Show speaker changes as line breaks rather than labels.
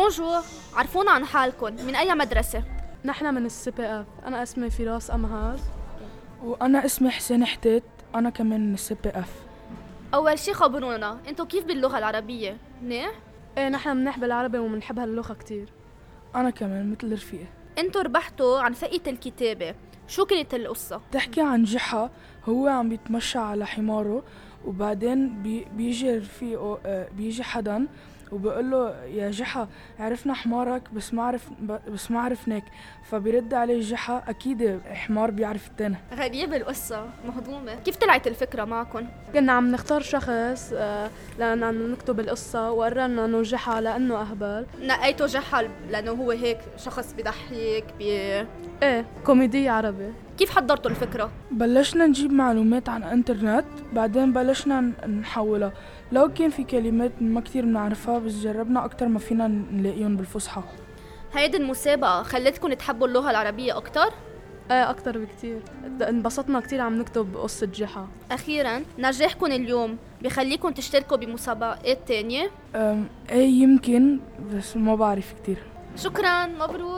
بونجور عرفونا عن حالكم من أي مدرسة
نحن من السي بي اف انا اسمي فراس امهار
وانا اسمي حسين حتيت انا كمان من السي بي اف
أول شي خبرونا أنتو كيف باللغة العربية منيح؟
ايه نحن منحب العربي ومنحب هاللغه كتير
انا كمان مثل رفيقي
أنتو ربحتوا عن فئة الكتابة شو كانت القصة؟
تحكي عن جحا هو عم بيتمشى على حماره وبعدين بي بيجي رفيقه آه، بيجي حدا وبقول له يا جحا عرفنا حمارك بس ما عرف ب- بس ما عرفناك فبيرد عليه جحا اكيد حمار بيعرف التاني
غريبة القصة مهضومة كيف طلعت الفكرة معكم؟
كنا عم نختار شخص آه، لأننا نكتب القصة وقررنا ننجحها لأنه أهبل
نقيتوا جحل لأنه هو هيك شخص بضحك بي...
إيه كوميدي عربي
كيف حضرتوا الفكرة؟
بلشنا نجيب معلومات عن الانترنت بعدين بلشنا ن- نحولها لو كان في كلمات ما كتير بنعرفها بس جربنا اكتر ما فينا نلاقيهم بالفصحى
هيدي المسابقة خلتكم تحبوا اللغة العربية أكتر؟
إيه أكتر بكتير د- انبسطنا كتير عم نكتب قصة جحا
أخيرا نجاحكم اليوم بخليكم تشتركوا بمسابقات تانية
أم، ايه يمكن بس ما بعرف كتير
شكرا مبروك